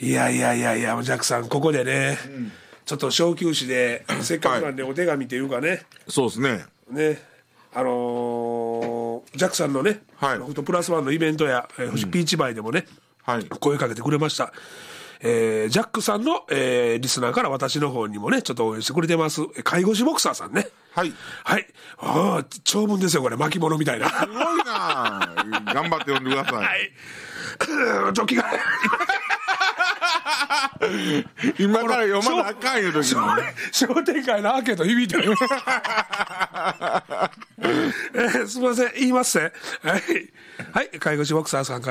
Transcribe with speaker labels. Speaker 1: いやいやいやいやジャックさんここでね、ちょっと小休止でせっかくなんでお手紙というかね、
Speaker 2: そうですね
Speaker 1: ねあのージャックさんのね、
Speaker 2: はい
Speaker 1: ほんとプラスワンのイベントや、えー、星ピーチバイでもね、
Speaker 2: はい
Speaker 1: 声かけてくれました、えージャックさんの、えーリスナーから私の方にもねちょっと応援してくれてますえ介護士ボクサーさんね
Speaker 2: はい
Speaker 1: はいああ長文ですよこれ巻物みたいな
Speaker 2: すごいな頑張って読んでください、
Speaker 1: はい 時が
Speaker 2: 今から読まなあかんいう時にね
Speaker 1: 商店街のアーケード響いて る、えーすみません言いますねはい、はい、介護士ボクサーさんから